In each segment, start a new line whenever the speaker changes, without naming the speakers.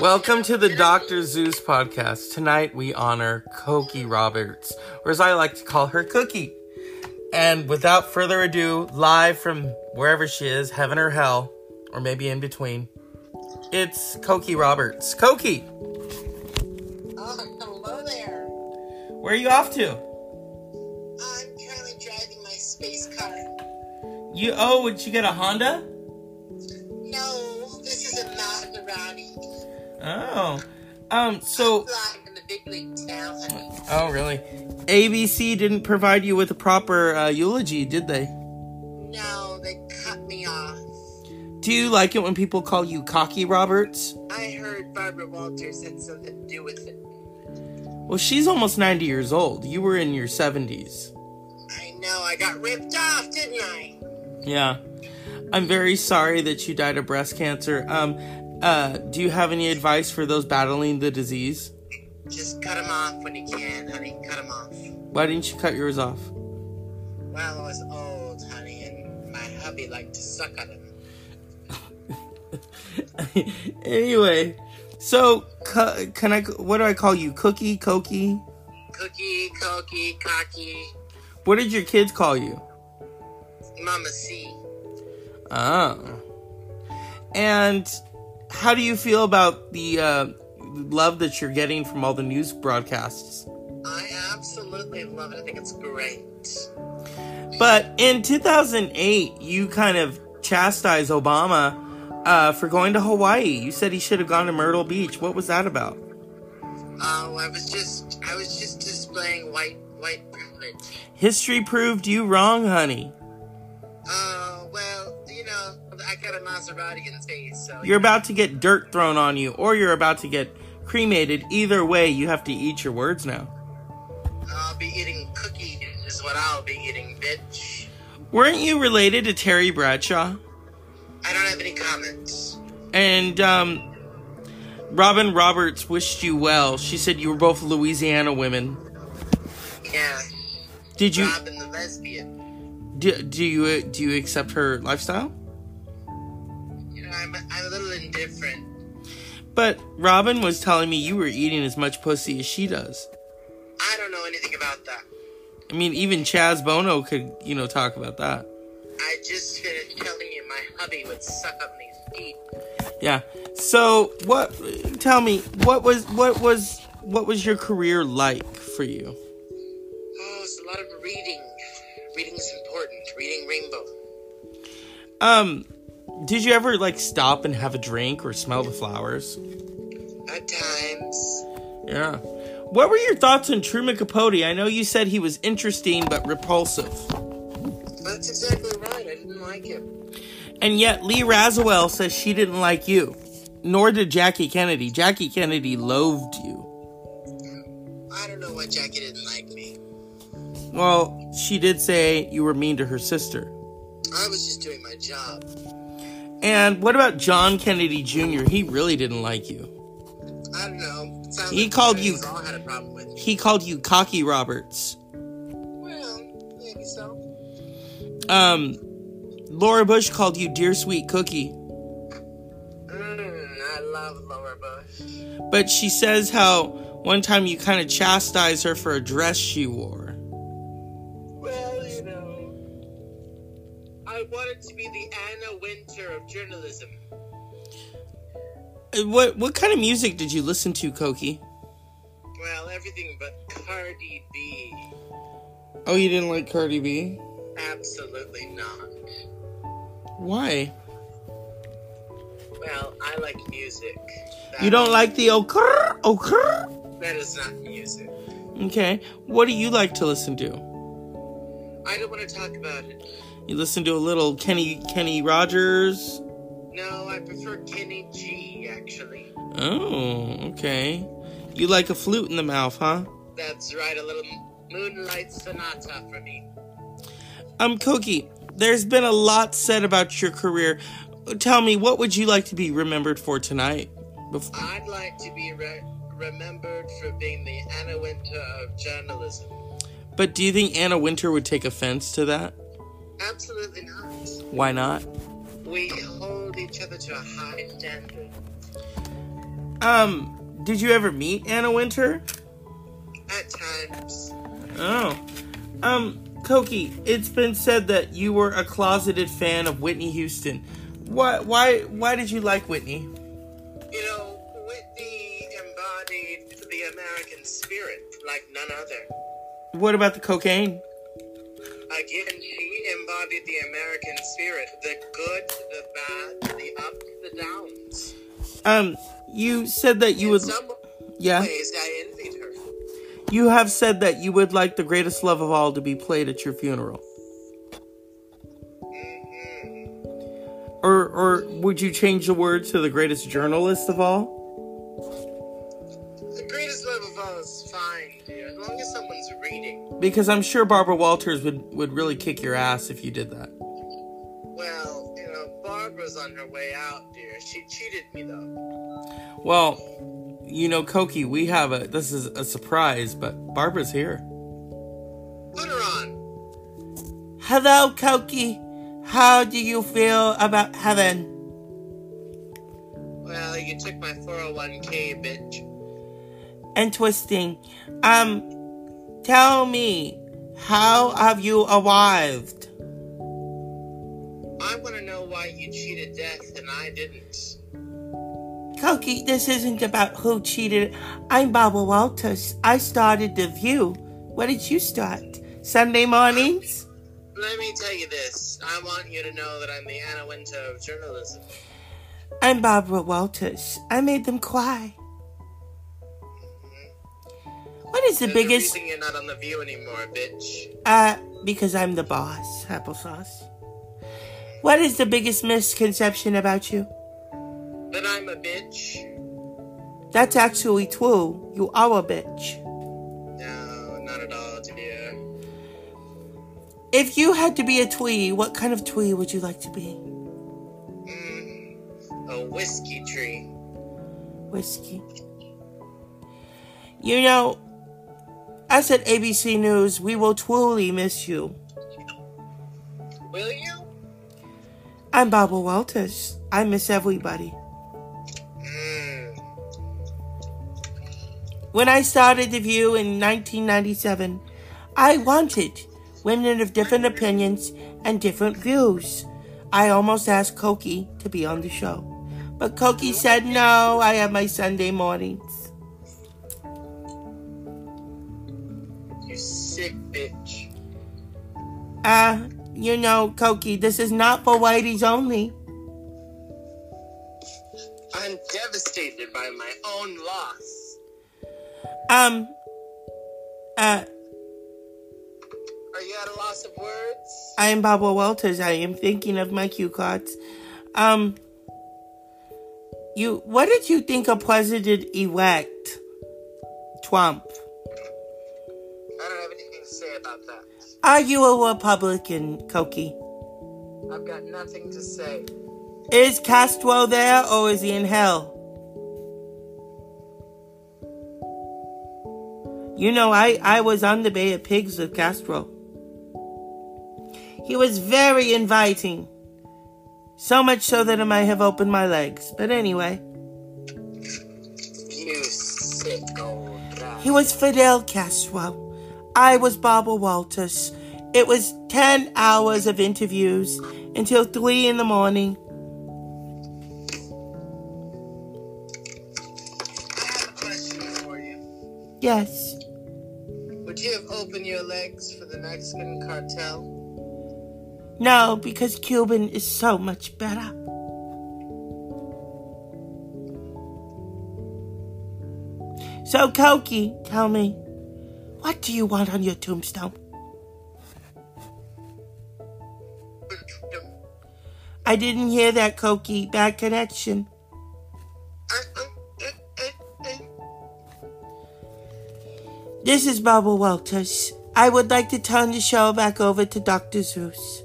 Welcome to the Dr. Zeus podcast. Tonight we honor Cokie Roberts, or as I like to call her, Cookie. And without further ado, live from wherever she is, heaven or hell, or maybe in between, it's Cokie Roberts. Cokie,
Oh, hello there.
where are you off to?
I'm currently driving my space car.
You oh, would you get a Honda?
No, this is a Maserati.
Oh. Um, so
Fly in the big league now, honey.
Oh really? ABC didn't provide you with a proper uh, eulogy, did they?
No, they cut me off.
Do you like it when people call you Cocky Roberts?
I heard Barbara Walters had something to do with it.
Well, she's almost 90 years old. You were in your 70s.
I know, I got ripped off, didn't I?
Yeah. I'm very sorry that you died of breast cancer. Um, uh, do you have any advice for those battling the disease?
Just cut him off when you can, honey. Cut him off.
Why didn't you cut yours off?
Well, I was old, honey, and my hubby liked to suck on him.
anyway, so cu- can I? What do I call you? Cookie, Cokie?
Cookie, cookie, cocky,
What did your kids call you?
Mama C.
Oh. And how do you feel about the uh, love that you're getting from all the news broadcasts?
I absolutely love it. I think it's great.
But in 2008, you kind of chastised Obama uh, for going to Hawaii. You said he should have gone to Myrtle Beach. What was that about?
Oh, I was just I was just displaying white white privilege.
History proved you wrong, honey.
Oh well, you know, I got a Maserati in space, so
You're about to get dirt thrown on you, or you're about to get cremated. Either way, you have to eat your words now.
I'll be eating cookie is what I'll be eating, bitch.
Weren't you related to Terry Bradshaw
I don't have any comments.
and um, Robin Roberts wished you well? She said you were both Louisiana women.
Yeah,
Did you
Robin the lesbian.
do, do you uh, do you accept her lifestyle?
You know, I'm I'm a little indifferent.
But Robin was telling me you were eating as much pussy as she does.
I don't know anything about that.
I mean, even Chaz Bono could, you know, talk about that.
I just finished telling you my hubby would suck up these feet.
Yeah. So, what? Tell me, what was, what was, what was your career like for you?
Oh, it's a lot of reading. Reading's important. Reading Rainbow.
Um, did you ever like stop and have a drink or smell the flowers?
At times.
Yeah. What were your thoughts on Truman Capote? I know you said he was interesting but repulsive,
That's exactly right. I didn't like him.
and yet Lee Razawell says she didn't like you, nor did Jackie Kennedy. Jackie Kennedy loathed you.
I don't know why Jackie didn't like me.
Well, she did say you were mean to her sister.
I was just doing my job.
And what about John Kennedy Jr.? He really didn't like you.
I don't know. Sounds
He
like
called
the
you-
parents All had a problem with.
He called you Cocky Roberts.
Well, maybe so.
Um, Laura Bush called you Dear Sweet Cookie.
Mm, I love Laura Bush.
But she says how one time you kind of chastised her for a dress she wore.
Well, you know, I wanted to be the Anna Winter of journalism.
Uh, What what kind of music did you listen to, Cokie?
Well, everything but Cardi B.
Oh, you didn't like Cardi B?
Absolutely not.
Why?
Well, I like music. That-
You don't like the okr okr?
That is not music.
Okay. What do you like to listen to?
I don't want to talk about it.
You listen to a little Kenny Kenny Rogers.
No, I prefer Kenny G, actually.
Oh, okay. You like a flute in the mouth, huh?
That's right, a little Moonlight Sonata for me.
Um, Cookie, there's been a lot said about your career. Tell me, what would you like to be remembered for tonight? Bef-
I'd like to be re- remembered for being the Anna Winter of journalism.
But do you think Anna Winter would take offense to that?
Absolutely not.
Why not?
We hold each other to a high standard.
Um, did you ever meet Anna Winter?
At times,
Oh. Um, Koki, it's been said that you were a closeted fan of Whitney Houston. Why why why did you like Whitney?
you know, Whitney embodied the American spirit like none other.
What about the cocaine?
Again, she embodied the American spirit the good, the bad, the ups, the downs.
Um, you said that you
In
would
some
Yeah.
ways, I envied her.
You have said that you would like the greatest love of all to be played at your funeral. Mm-hmm. Or or would you change the words to the greatest journalist of all?
The greatest love of all is fine, dear, as long as someone's reading.
Because I'm sure Barbara Walters would, would really kick your ass if you did that.
Well, you know, Barbara's on her way out, dear. She cheated me, though.
Well, you know, Koki, we have a this is a surprise, but Barbara's here.
Put her on.
Hello, Koki. How do you feel about heaven?
Well, you took my 401k, bitch.
Interesting. Um, tell me, how have you arrived?
I want to know why you cheated death and I didn't.
Koki, this isn't about who cheated. I'm Barbara Walters. I started The View. What did you start? Sunday mornings?
Let me tell you this. I want you to know that I'm the Anna Winter of journalism.
I'm Barbara Walters. I made them cry. What is the
There's a
biggest.
reason you're not on the View anymore, bitch.
Uh, because I'm the boss, applesauce. What is the biggest misconception about you?
That I'm a bitch.
That's actually true. You are a bitch.
No, not at all, dear.
If you had to be a twee, what kind of twee would you like to be?
A whiskey tree.
Whiskey. You know, us at ABC News, we will truly miss you.
Will you?
I'm Barbara Walters. I miss everybody.
Mm.
When I started The View in 1997, I wanted women of different opinions and different views. I almost asked Cokie to be on the show, but Cokie said, No, I have my Sunday mornings.
You sick bitch.
Uh, you know, Cokie, this is not for whiteys only.
I'm devastated by my own loss.
Um, uh,
Are you at a loss of words?
I am Barbara Walters. I am thinking of my cue cards. Um, you, what did you think of President elect Trump?
I don't have anything to say about that.
Are you a Republican, Cokie?
I've got nothing to say.
Is Castro there or is he in hell? You know, I, I was on the Bay of Pigs with Castro. He was very inviting. So much so that I might have opened my legs. But anyway,
You sick old guy.
he was Fidel Castro. I was Barbara Walters. It was 10 hours of interviews until 3 in the morning.
I have a question for you.
Yes.
Would you have opened your legs for the Mexican cartel?
No, because Cuban is so much better. So, Koki, tell me, what do you want on your tombstone?
I,
I didn't hear that, Koki. Bad connection.
I, I, I, I.
This is Barbara Walters. I would like to turn the show back over to Dr. Zeus.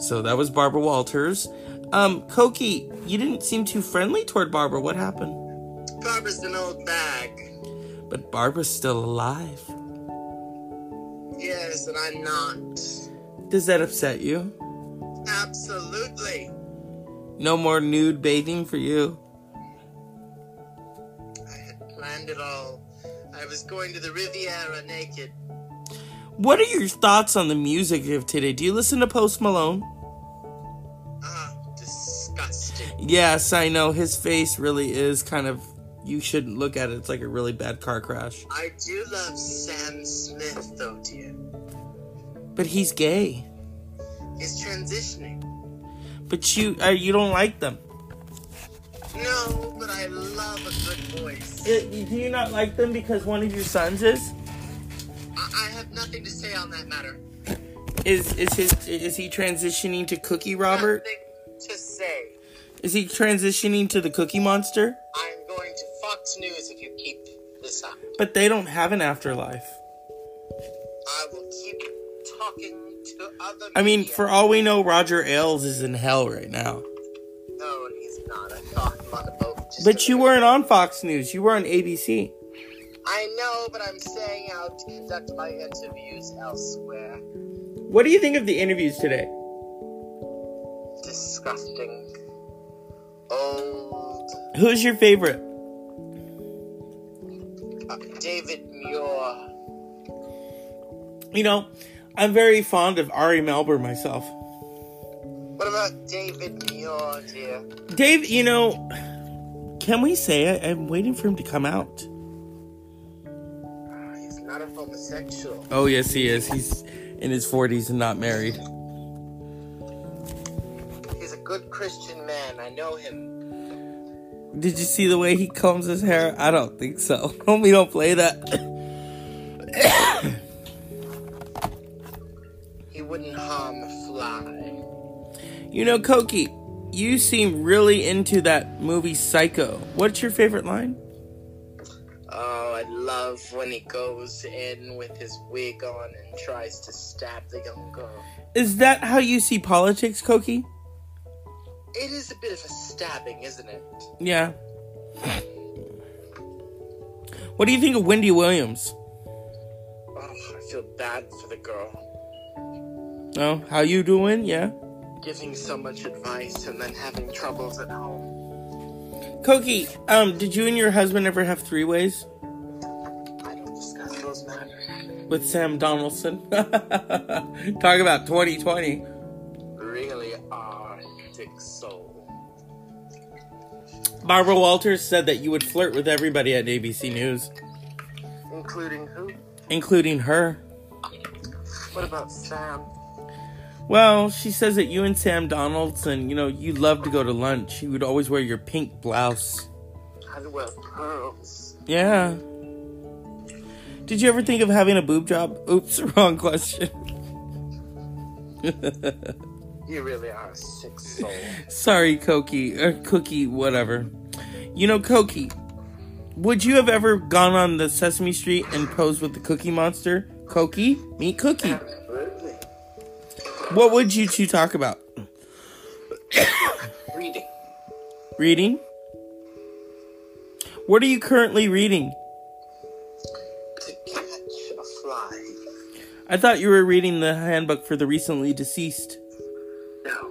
So that was Barbara Walters. Um, Koki, you didn't seem too friendly toward Barbara. What happened?
Barbara's an old bag.
But Barbara's still alive.
Yes, and I'm not.
Does that upset you?
Absolutely.
No more nude bathing for you.
end it all. I was going to the Riviera naked.
What are your thoughts on the music of today? Do you listen to Post Malone?
Ah, disgusting.
Yes, I know his face really is kind of. You shouldn't look at it. It's like a really bad car crash.
I do love Sam Smith, though, dear.
But he's gay.
He's transitioning.
But you uh, you don't like them.
No, but I love a good voice.
It, Uh, do you not like them because one of your sons is
I, I have nothing to say on that matter.
is is his is he transitioning to Cookie Robert?
Nothing to say.
Is he transitioning to the Cookie Monster?
I'm going to Fox News if you keep this up.
But they don't have an afterlife.
I will keep talking to other.
I mean,
media.
for all we know, Roger Ailes is in hell right now.
No, and he's not. I caught him on the boat. just
But
a
you
minute.
weren't on Fox News. You were on ABC.
I know, but I'm staying out to conduct my interviews elsewhere.
What do you think of the interviews today?
Disgusting. Old.
Who's your favorite?
Uh, David Muir.
You know, I'm very fond of Ari Melber myself.
What about David Muir, dear?
Dave, you know, can we say I, I'm waiting for him to come out?
Ah, He's not a homosexual.
Oh yes, he is. He's in his 40s and not married.
He's a good Christian man. I know him.
Did you see the way he combs his hair? I don't think so. we don't play that.
He wouldn't harm a fly.
You know, Koki, you seem really into that movie Psycho. What's your favorite line?
Oh, I love when he goes in with his wig on and tries to stab the young girl.
Is that how you see politics, Koki?
It is a bit of a stabbing, isn't it?
Yeah. What do you think of Wendy Williams?
Oh, I feel bad for the girl.
Oh, how you doing? Yeah.
Giving so much advice and then having troubles at home.
Koki, um, did you and your husband ever have three ways
I don't discuss those matters.
with Sam Donaldson? Talk about 2020.
Really arctic soul.
Barbara Walters said that you would flirt with everybody at ABC News,
Including who?
including her.
What about Sam?
Well, she says that you and Sam Donaldson, you know, you love to go to lunch. You would always wear your pink blouse.
I wear pearls.
Yeah. Did you ever think of having a boob job? Oops, wrong question.
You really are a sick soul.
Sorry, Koki or Cookie, whatever. You know, Koki, would you have ever gone on the Sesame Street and posed with the Cookie Monster? Koki, meet Cookie.
Absolutely.
What would you two talk about?
Reading.
Reading? What are you currently reading?
To catch a fly.
I thought you were reading the handbook for the recently deceased.
No.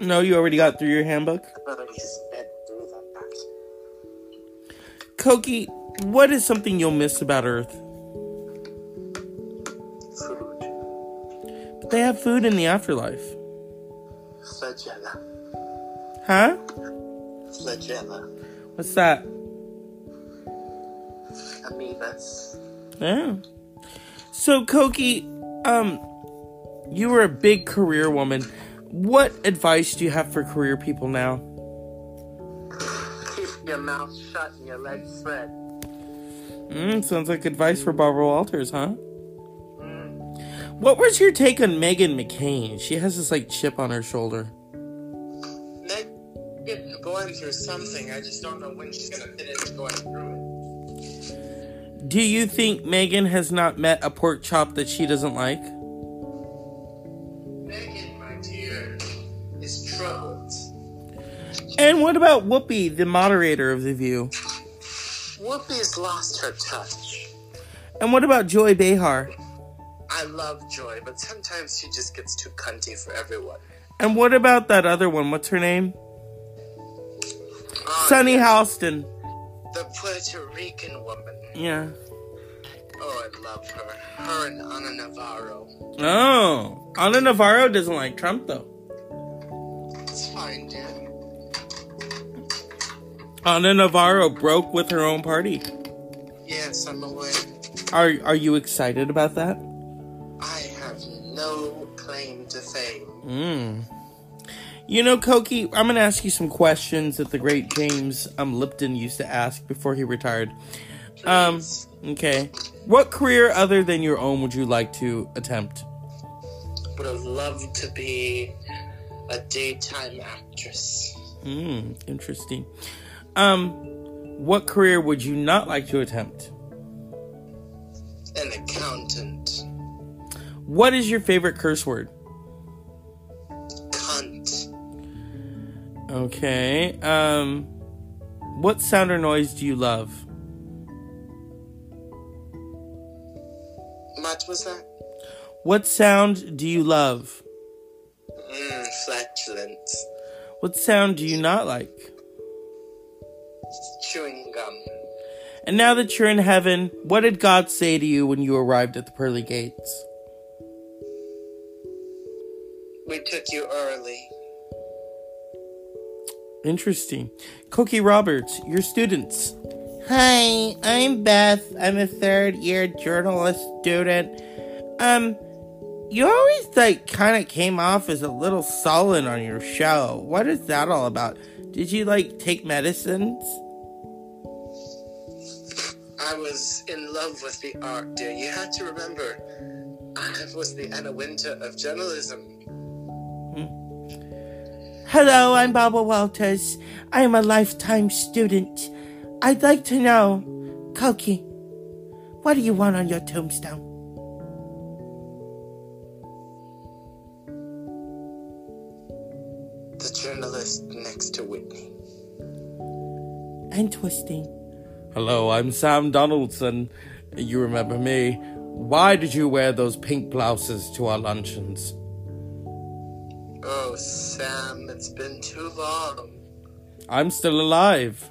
No, you already got through your handbook.
But I just sped through that.
Koki, what is something you'll miss about Earth?
Food.
They have food in the afterlife.
Flagella.
Huh?
Flagella.
What's that?
Amoebas.
Yeah. So Koki, um you were a big career woman. What advice do you have for career people now?
Keep your mouth shut and your legs spread.
Mm, sounds like advice for Barbara Walters, huh? What was your take on Megan McCain? She has this like chip on her shoulder.
Meg is going through something. I just don't know when she's going to finish going through
Do you think Megan has not met a pork chop that she doesn't like?
it. Megan, my dear, is troubled.
And what about Whoopi, the moderator of The View?
Whoopi's lost her touch.
And what about Joy Behar?
I love Joy, but sometimes she just gets too cunty for everyone.
And what about that other one? What's her name?
Ah,
Sunny Halston.
The Puerto Rican woman.
Yeah.
Oh, I love her. Her and Ana Navarro.
Oh, Ana Navarro doesn't like Trump though.
It's fine, Dan.
Ana Navarro broke with her own party.
Yes, I'm aware.
Are Are you excited about that?
I have no claim to fame.
Mm. You know, Koki, I'm gonna ask you some questions that the great James um, Lipton used to ask before he retired. Um,
Please.
okay. What career other than your own would you like to attempt?
Would have loved to be a daytime actress.
Hmm, interesting. Um, what career would you not like to attempt?
An accountant.
What is your favorite curse word?
Cunt.
Okay. Um, what sound or noise do you love?
What was that?
What sound do you love?
Mmm, flatulence.
What sound do you not like?
Chewing gum.
And now that you're in heaven, what did God say to you when you arrived at the pearly gates?
We took you early.
Interesting. Cookie Roberts, your students. Hi, I'm Beth. I'm a third year journalist student. Um, you always like kind of came off as a little sullen on your show. What is that all about? Did you like take medicines?
I was in love with the art, dear. You had to remember, I was the Anna Winter of journalism.
Hello, I'm Barbara Walters. I am a lifetime student. I'd like to know, Koki, what do you want on your tombstone?
The journalist next to Whitney.
Interesting. Hello, I'm Sam Donaldson. You remember me. Why did you wear those pink blouses to our luncheons?
Oh, Sam, it's been too long.
I'm still alive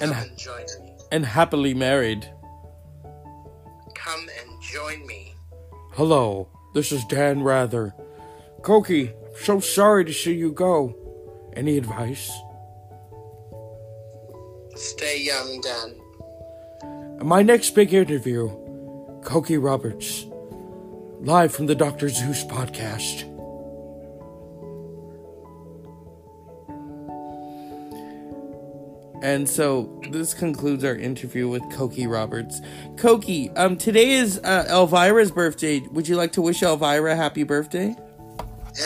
Come
And-
and join me.
and happily married.
Come and join me.
Hello, this is Dan Rather. Koki, so sorry to see you go. Any advice?
Stay young, Dan.
My next big interview, Koki Roberts, live from the Dr. Zeus podcast. And so this concludes our interview with Koki Roberts. Koki, um, today is uh, Elvira's birthday. Would you like to wish Elvira happy birthday?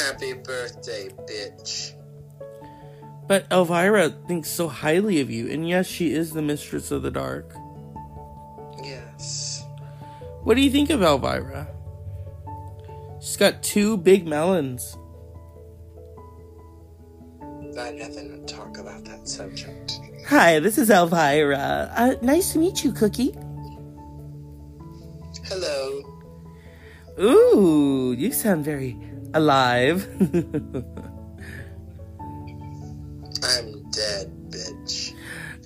Happy birthday, bitch.
But Elvira thinks so highly of you, and yes, she is the mistress of the dark.
Yes.
What do you think of Elvira? She's got two big melons.
I'd rather not talk about that subject.
Hi, this is Elvira. Uh, nice to meet you, Cookie.
Hello.
Ooh, you sound very alive.
I'm dead, bitch.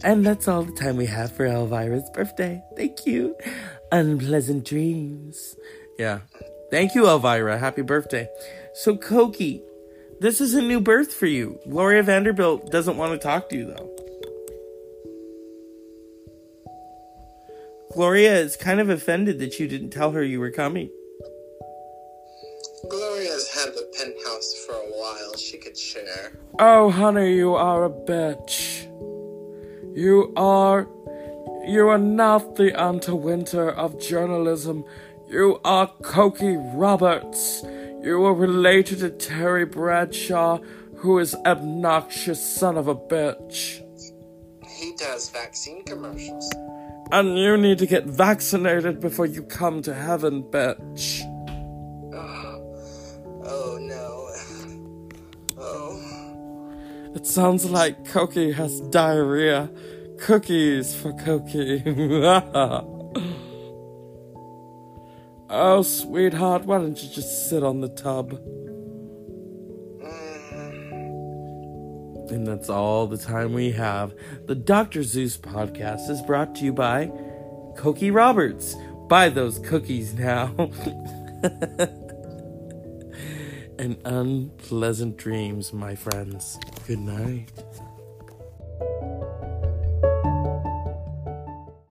and that's all the time we have for Elvira's birthday. Thank you. Unpleasant dreams. Yeah. Thank you, Elvira. Happy birthday. So, Koki, this is a new birth for you. Gloria Vanderbilt doesn't want to talk to you, though. Gloria is kind of offended that you didn't tell her you were coming.
Gloria's had the penthouse for a while. She could share.
Oh, honey, you are a bitch. You are. You are not the Anta Winter of journalism. You are Cokie Roberts. You are related to Terry Bradshaw, who is obnoxious son of a bitch.
He does vaccine commercials.
And you need to get vaccinated before you come to heaven, bitch.
Oh no. Oh.
It sounds like Cokie has diarrhea. Cookies for Cokie. oh, sweetheart, why don't you just sit on the tub?
Mm.
And that's all the time we have. The Dr. Zeus podcast is brought to you by Cokie Roberts. Buy those cookies now. and unpleasant dreams, my friends. Good night.